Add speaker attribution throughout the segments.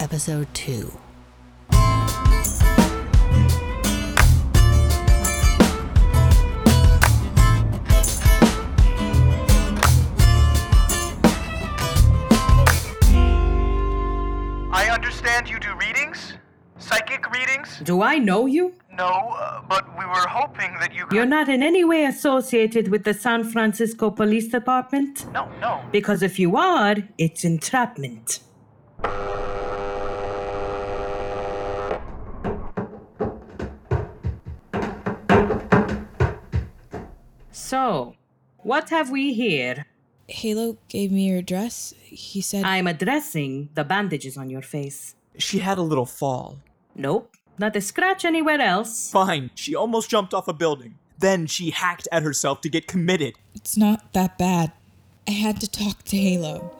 Speaker 1: Episode 2.
Speaker 2: I understand you do readings? Psychic readings?
Speaker 3: Do I know you?
Speaker 2: No, uh, but we were hoping that you could.
Speaker 3: You're not in any way associated with the San Francisco Police Department?
Speaker 2: No, no.
Speaker 3: Because if you are, it's entrapment. So, what have we here?
Speaker 4: Halo gave me your address. He said,
Speaker 3: I'm addressing the bandages on your face.
Speaker 5: She had a little fall.
Speaker 3: Nope, not a scratch anywhere else.
Speaker 5: Fine, she almost jumped off a building. Then she hacked at herself to get committed.
Speaker 4: It's not that bad. I had to talk to Halo.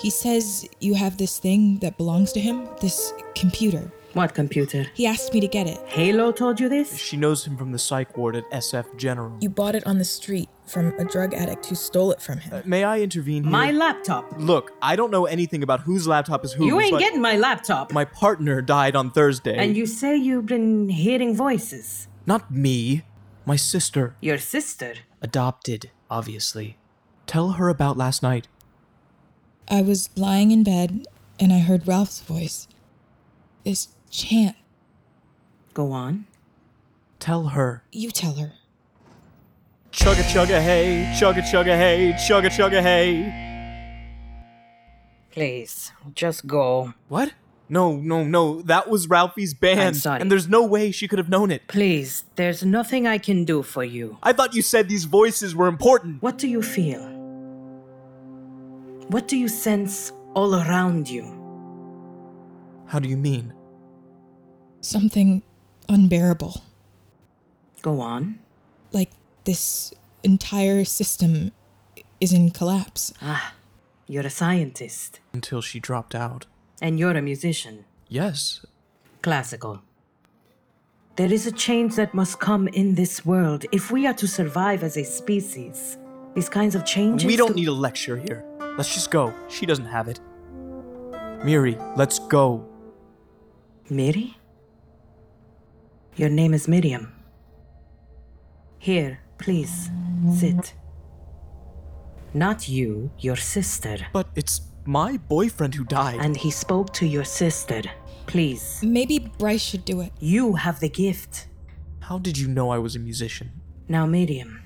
Speaker 4: He says you have this thing that belongs to him, this computer.
Speaker 3: What computer?
Speaker 4: He asked me to get it.
Speaker 3: Halo told you this?
Speaker 5: She knows him from the psych ward at SF General.
Speaker 6: You bought it on the street from a drug addict who stole it from him.
Speaker 5: Uh, may I intervene here?
Speaker 3: My laptop.
Speaker 5: Look, I don't know anything about whose laptop is whose.
Speaker 3: You ain't
Speaker 5: but
Speaker 3: getting my laptop.
Speaker 5: My partner died on Thursday.
Speaker 3: And you say you've been hearing voices.
Speaker 5: Not me. My sister.
Speaker 3: Your sister.
Speaker 5: Adopted, obviously. Tell her about last night.
Speaker 4: I was lying in bed and I heard Ralph's voice. This chant.
Speaker 3: Go on.
Speaker 5: Tell her.
Speaker 4: You tell her.
Speaker 5: Chugga chugga hey, chugga chugga hey, chugga chugga hey.
Speaker 3: Please, just go.
Speaker 5: What? No, no, no. That was Ralphie's band.
Speaker 3: I'm sorry.
Speaker 5: And there's no way she could have known it.
Speaker 3: Please, there's nothing I can do for you.
Speaker 5: I thought you said these voices were important.
Speaker 3: What do you feel? What do you sense all around you?
Speaker 5: How do you mean?
Speaker 4: Something unbearable.
Speaker 3: Go on.
Speaker 4: Like this entire system is in collapse.
Speaker 3: Ah, you're a scientist,
Speaker 5: Until she dropped out.
Speaker 3: and you're a musician.
Speaker 5: Yes.
Speaker 3: Classical. There is a change that must come in this world if we are to survive as a species. These kinds of changes.
Speaker 5: we don't
Speaker 3: do-
Speaker 5: need a lecture here. Let's just go. She doesn't have it. Miri, let's go.
Speaker 3: Miri? Your name is Miriam. Here, please, sit. Not you, your sister.
Speaker 5: But it's my boyfriend who died.
Speaker 3: And he spoke to your sister. Please,
Speaker 4: Maybe Bryce should do it.
Speaker 3: you have the gift.
Speaker 5: How did you know I was a musician?
Speaker 3: Now, Miriam,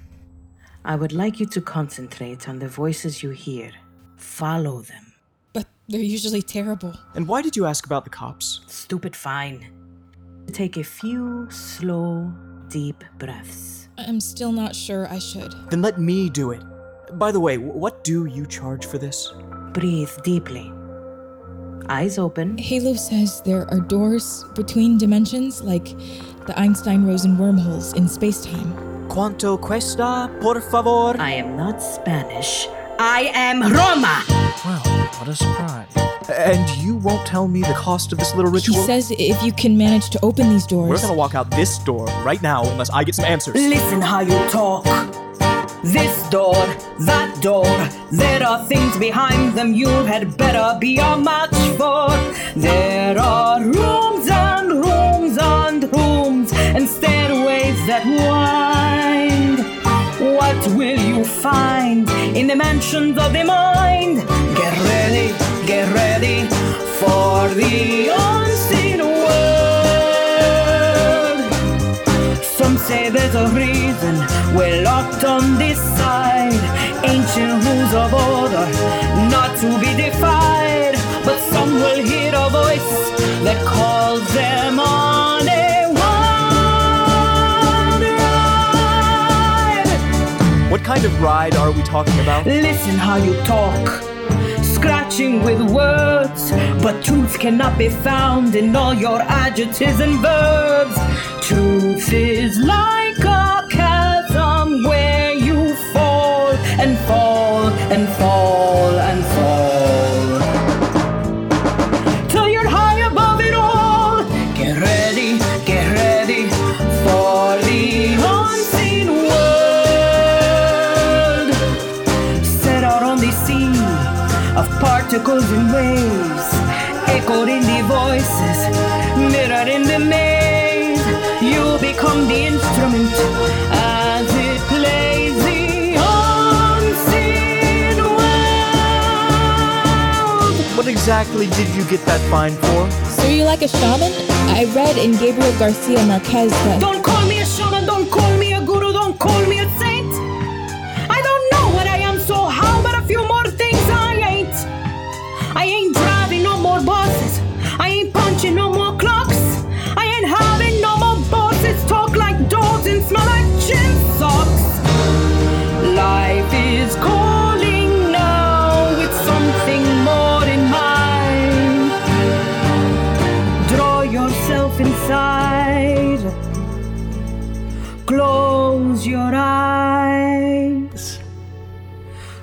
Speaker 3: I would like you to concentrate on the voices you hear. Follow them.
Speaker 4: But they're usually terrible.
Speaker 5: And why did you ask about the cops?
Speaker 3: Stupid fine. Take a few slow, deep breaths.
Speaker 4: I'm still not sure I should.
Speaker 5: Then let me do it. By the way, wh- what do you charge for this?
Speaker 3: Breathe deeply. Eyes open.
Speaker 4: Halo says there are doors between dimensions, like the Einstein Rosen wormholes in space time.
Speaker 5: Quanto cuesta, por favor?
Speaker 3: I am not Spanish. I am Roma!
Speaker 5: Well, what a surprise. And you won't tell me the cost of this little
Speaker 4: He
Speaker 5: ritual?
Speaker 4: says if you can manage to open these doors.
Speaker 5: We're gonna walk out this door right now unless I get some answers.
Speaker 7: Listen how you talk. This door, that door, there are things behind them you had better be a match for. There are rooms and rooms and rooms and stairways that wind. What will you find in the mansions of the mind? Get ready, get ready for the unseen world. Some say there's a reason we're locked on this side. Ancient rules of order, not to be defied. But some will hear a voice that calls them on a wild ride.
Speaker 5: What kind of ride are we talking about?
Speaker 7: Listen how you talk. Scratching with words, but truth cannot be found in all your adjectives and verbs. Truth is like a chasm where you fall and fall and fall and fall. Till you're high above it all. Get ready, get ready for the unseen world set out on the sea of particles and waves, echoed in the void. voices mirror in the maze. You become the instrument as it plays the unseen world.
Speaker 5: What exactly did you get that fine for?
Speaker 4: So you like a shaman? I read in Gabriel Garcia Marquez that.
Speaker 7: Don't call me a shaman, don't call me a guru, don't call me a saint. I don't know what I am, so how about a few more things I ain't? I ain't driving no more buses, I ain't punching no more clocks, I ain't having no more bosses talk like dogs and smell like gin socks. Life is calling now with something more in mind. Draw yourself inside. Close your eyes.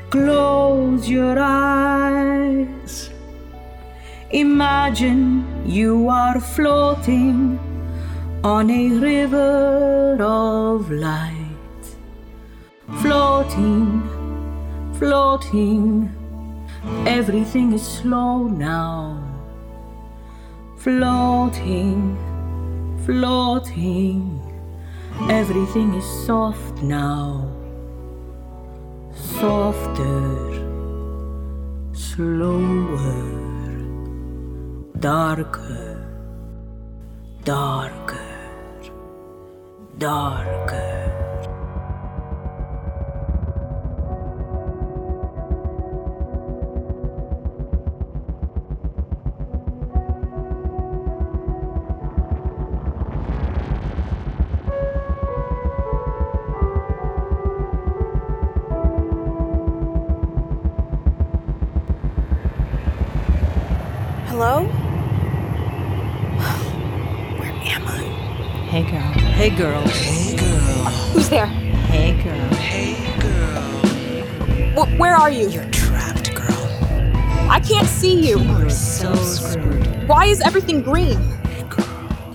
Speaker 7: Close your eyes. Imagine you are floating on a river of light. Floating, floating. Everything is slow now floating, floating. Everything is soft now, softer, slower, darker, darker, darker.
Speaker 1: Hello? Where am I?
Speaker 8: Hey girl. Hey girl.
Speaker 1: Who's there?
Speaker 8: Hey girl.
Speaker 1: Wh- where are you?
Speaker 8: You're trapped, girl.
Speaker 1: I can't see you.
Speaker 8: You're so screwed.
Speaker 1: Why is everything green?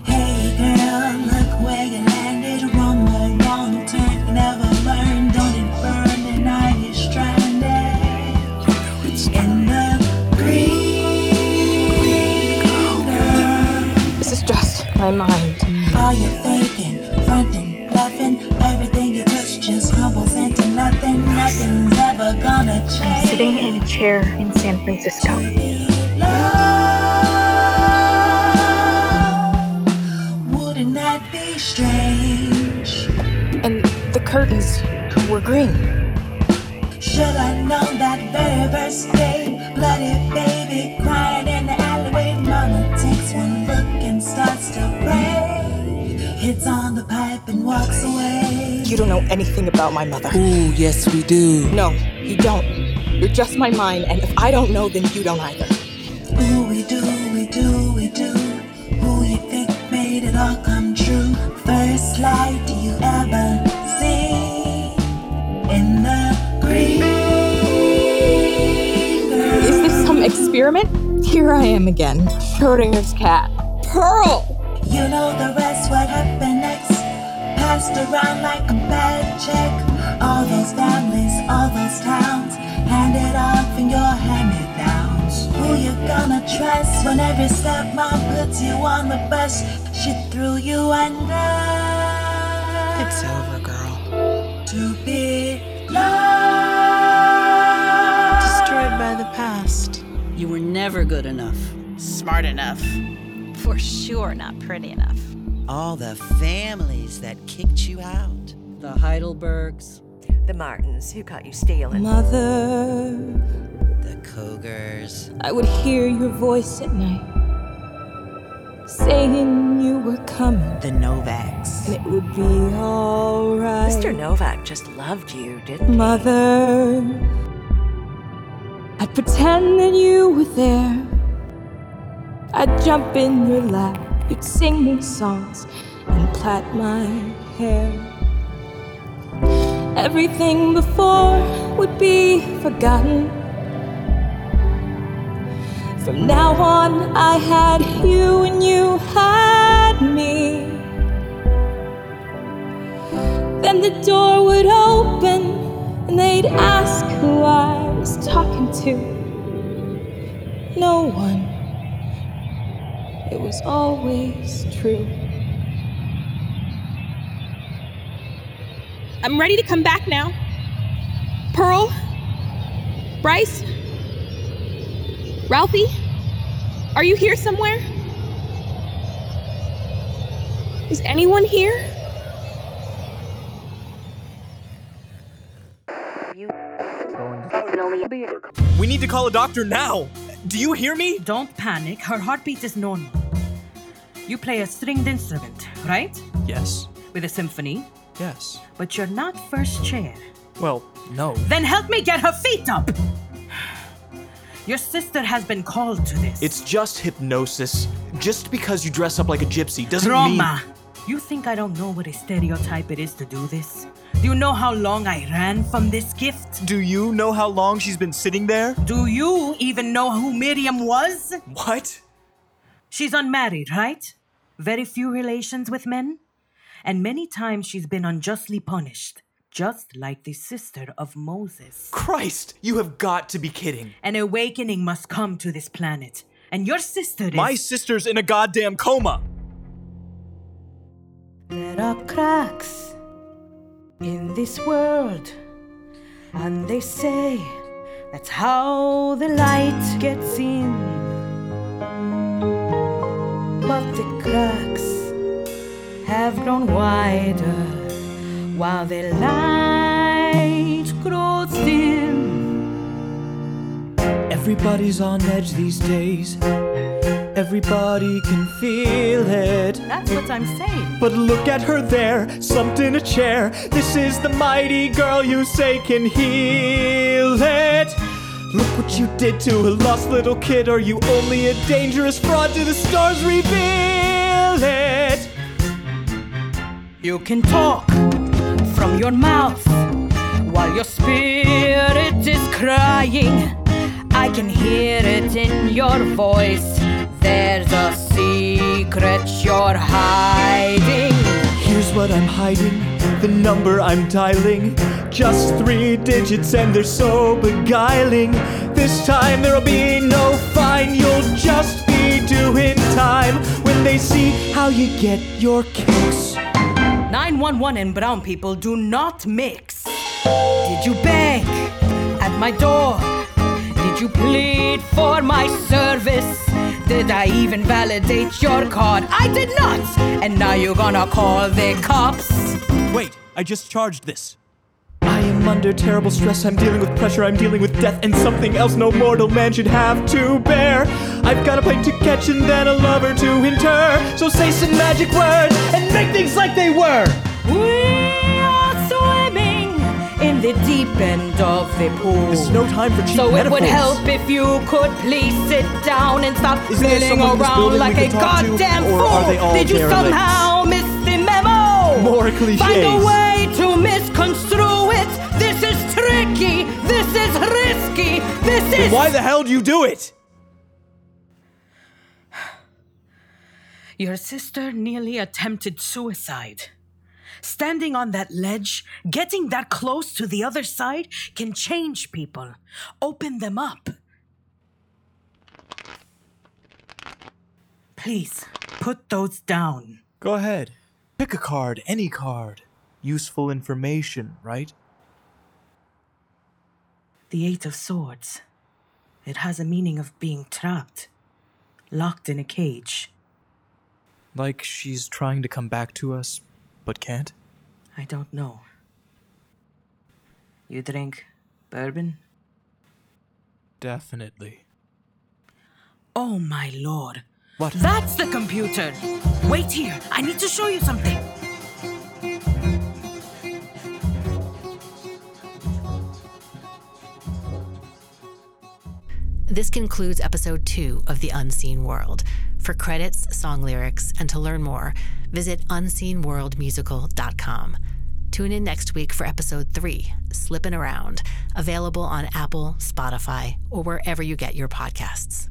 Speaker 9: Hey girl, look where you landed. Wrong way, wrong turn. Never learned, don't it burn? And now you're stranded in the green. Girl,
Speaker 1: This is just my mind.
Speaker 9: all you're faking, fronting, bluffing. Everything you touch just crumbles into nothing. Nothing's ever gonna change.
Speaker 1: Sitting in a chair in San Francisco.
Speaker 9: Love, wouldn't that be strange?
Speaker 1: And Um, the curtains were green.
Speaker 9: Should I known that very first day? Bloody baby crying in the alleyway. Mama takes one look and starts to pray. Hits on the pipe and walks away.
Speaker 1: You don't know anything about my mother.
Speaker 10: Ooh, yes, we do.
Speaker 1: No, you don't. You're just my mind, and if I don't know, then you don't either.
Speaker 9: Ooh, we do, we do, we do. Who you think made it all come true? First light you ever see in the green.
Speaker 1: Is
Speaker 9: Girl.
Speaker 1: this some experiment? Here I am again. Schrodinger's cat. Pearl!
Speaker 9: You know the rest, what happened next? Passed around like a bad check. All those families, all those towns, handed off in your hand me downs. Who you gonna trust when every stepmom puts you on the bus? She threw you under.
Speaker 10: It's over, girl.
Speaker 9: to be loved.
Speaker 10: Destroyed by the past.
Speaker 8: You were never good enough.
Speaker 10: Smart enough.
Speaker 11: For sure not pretty enough.
Speaker 10: All the families that kicked you out.
Speaker 8: The Heidelbergs.
Speaker 12: The Martins, who caught you stealing.
Speaker 4: Mother,
Speaker 10: The Cougars.
Speaker 4: I would hear your voice at night saying you were coming
Speaker 12: The Novaks.
Speaker 4: and it would be alright.
Speaker 12: Mr. Novak just loved you, didn't he?
Speaker 4: Mother, I'd pretend that you were there. I'd jump in your lap. You'd sing me songs and plait my hair. Everything before would be forgotten. From now on, I had you and you had me. Then the door would open and they'd ask who I was talking to. No one. It was always true.
Speaker 13: I'm ready to come back now. Pearl? Bryce? Ralphie? Are you here somewhere? Is anyone here?
Speaker 14: We need to call a doctor now. Do you hear me?
Speaker 15: Don't panic. Her heartbeat is normal. You play a stringed instrument, right?
Speaker 14: Yes.
Speaker 15: With a symphony.
Speaker 14: Yes.
Speaker 15: But you're not first chair.
Speaker 14: Well, no.
Speaker 15: Then help me get her feet up! Your sister has been called to this.
Speaker 14: It's just hypnosis. Just because you dress up like a gypsy doesn't
Speaker 15: Drama! You think I don't know what a stereotype it is to do this? Do you know how long I ran from this gift?
Speaker 14: mean. Do you know how long she's been sitting there?
Speaker 15: Do you even know who Miriam was?
Speaker 14: What?
Speaker 15: She's unmarried, right? Very few relations with men? And many times she's been unjustly punished, just like the sister of Moses.
Speaker 14: Christ, you have got to be kidding.
Speaker 15: An awakening must come to this planet, and your sister is.
Speaker 14: My sister's in a goddamn coma.
Speaker 7: There are cracks in this world, and they say that's how the light gets in. But the cracks have grown wider while the light grows dim.
Speaker 5: Everybody's on edge these days. Everybody can feel it.
Speaker 7: That's what I'm saying.
Speaker 5: But look at her there, slumped in a chair. This is the mighty girl you say can heal it. Look what you did to a lost little kid. Are you only a dangerous fraud to the stars? Reveal it.
Speaker 7: You can talk from your mouth while your spirit is crying. I can hear it in your voice. There's a secret you're hiding.
Speaker 5: Here's what I'm hiding the number I'm dialing. Just three digits and they're so beguiling. This time there'll be no fine, you'll just be doing time when they see how you get your kicks.
Speaker 7: 911 and brown people do not mix. Did you beg at my door? Did you plead for my service? Did I even validate your card? I did not! And now you're gonna call the cops.
Speaker 14: Wait, I just charged this.
Speaker 5: I am under terrible stress, I'm dealing with pressure, I'm dealing with death, and something else no mortal man should have to bear. I've got a plane to catch and then a lover to inter. So say some magic words and make things like they were.
Speaker 7: We are swimming in the deep end of the pool.
Speaker 5: There's no time for cheap
Speaker 7: So it would
Speaker 5: metaphors.
Speaker 7: help if you could please sit down and stop
Speaker 5: Is there
Speaker 7: milling
Speaker 5: someone in this
Speaker 7: around
Speaker 5: building
Speaker 7: like
Speaker 5: we
Speaker 7: a
Speaker 5: can talk to,
Speaker 7: goddamn
Speaker 5: or are they
Speaker 7: fool.
Speaker 5: all
Speaker 7: Did you
Speaker 5: derelicts?
Speaker 7: somehow miss the memo?
Speaker 5: More
Speaker 7: Find a
Speaker 5: cliches.
Speaker 7: way to misconstrue it. This is tricky. This is risky. This
Speaker 14: Then
Speaker 7: is.
Speaker 14: why the hell do you do it?
Speaker 15: Your sister nearly attempted suicide. Standing on that ledge, getting that close to the other side can change people, open them up. Please, put those down.
Speaker 14: Go ahead. Pick a card, any card. Useful information, right?
Speaker 15: The Eight of Swords. It has a meaning of being trapped, locked in a cage.
Speaker 14: Like she's trying to come back to us, but can't?
Speaker 15: I don't know. You drink bourbon?
Speaker 14: Definitely.
Speaker 15: Oh my lord.
Speaker 14: What?
Speaker 15: That's the computer! Wait here, I need to show you something.
Speaker 16: This concludes episode two of The Unseen World. For credits, song lyrics, and to learn more, visit unseenworldmusical.com. Tune in next week for episode three, Slippin' Around, available on Apple, Spotify, or wherever you get your podcasts.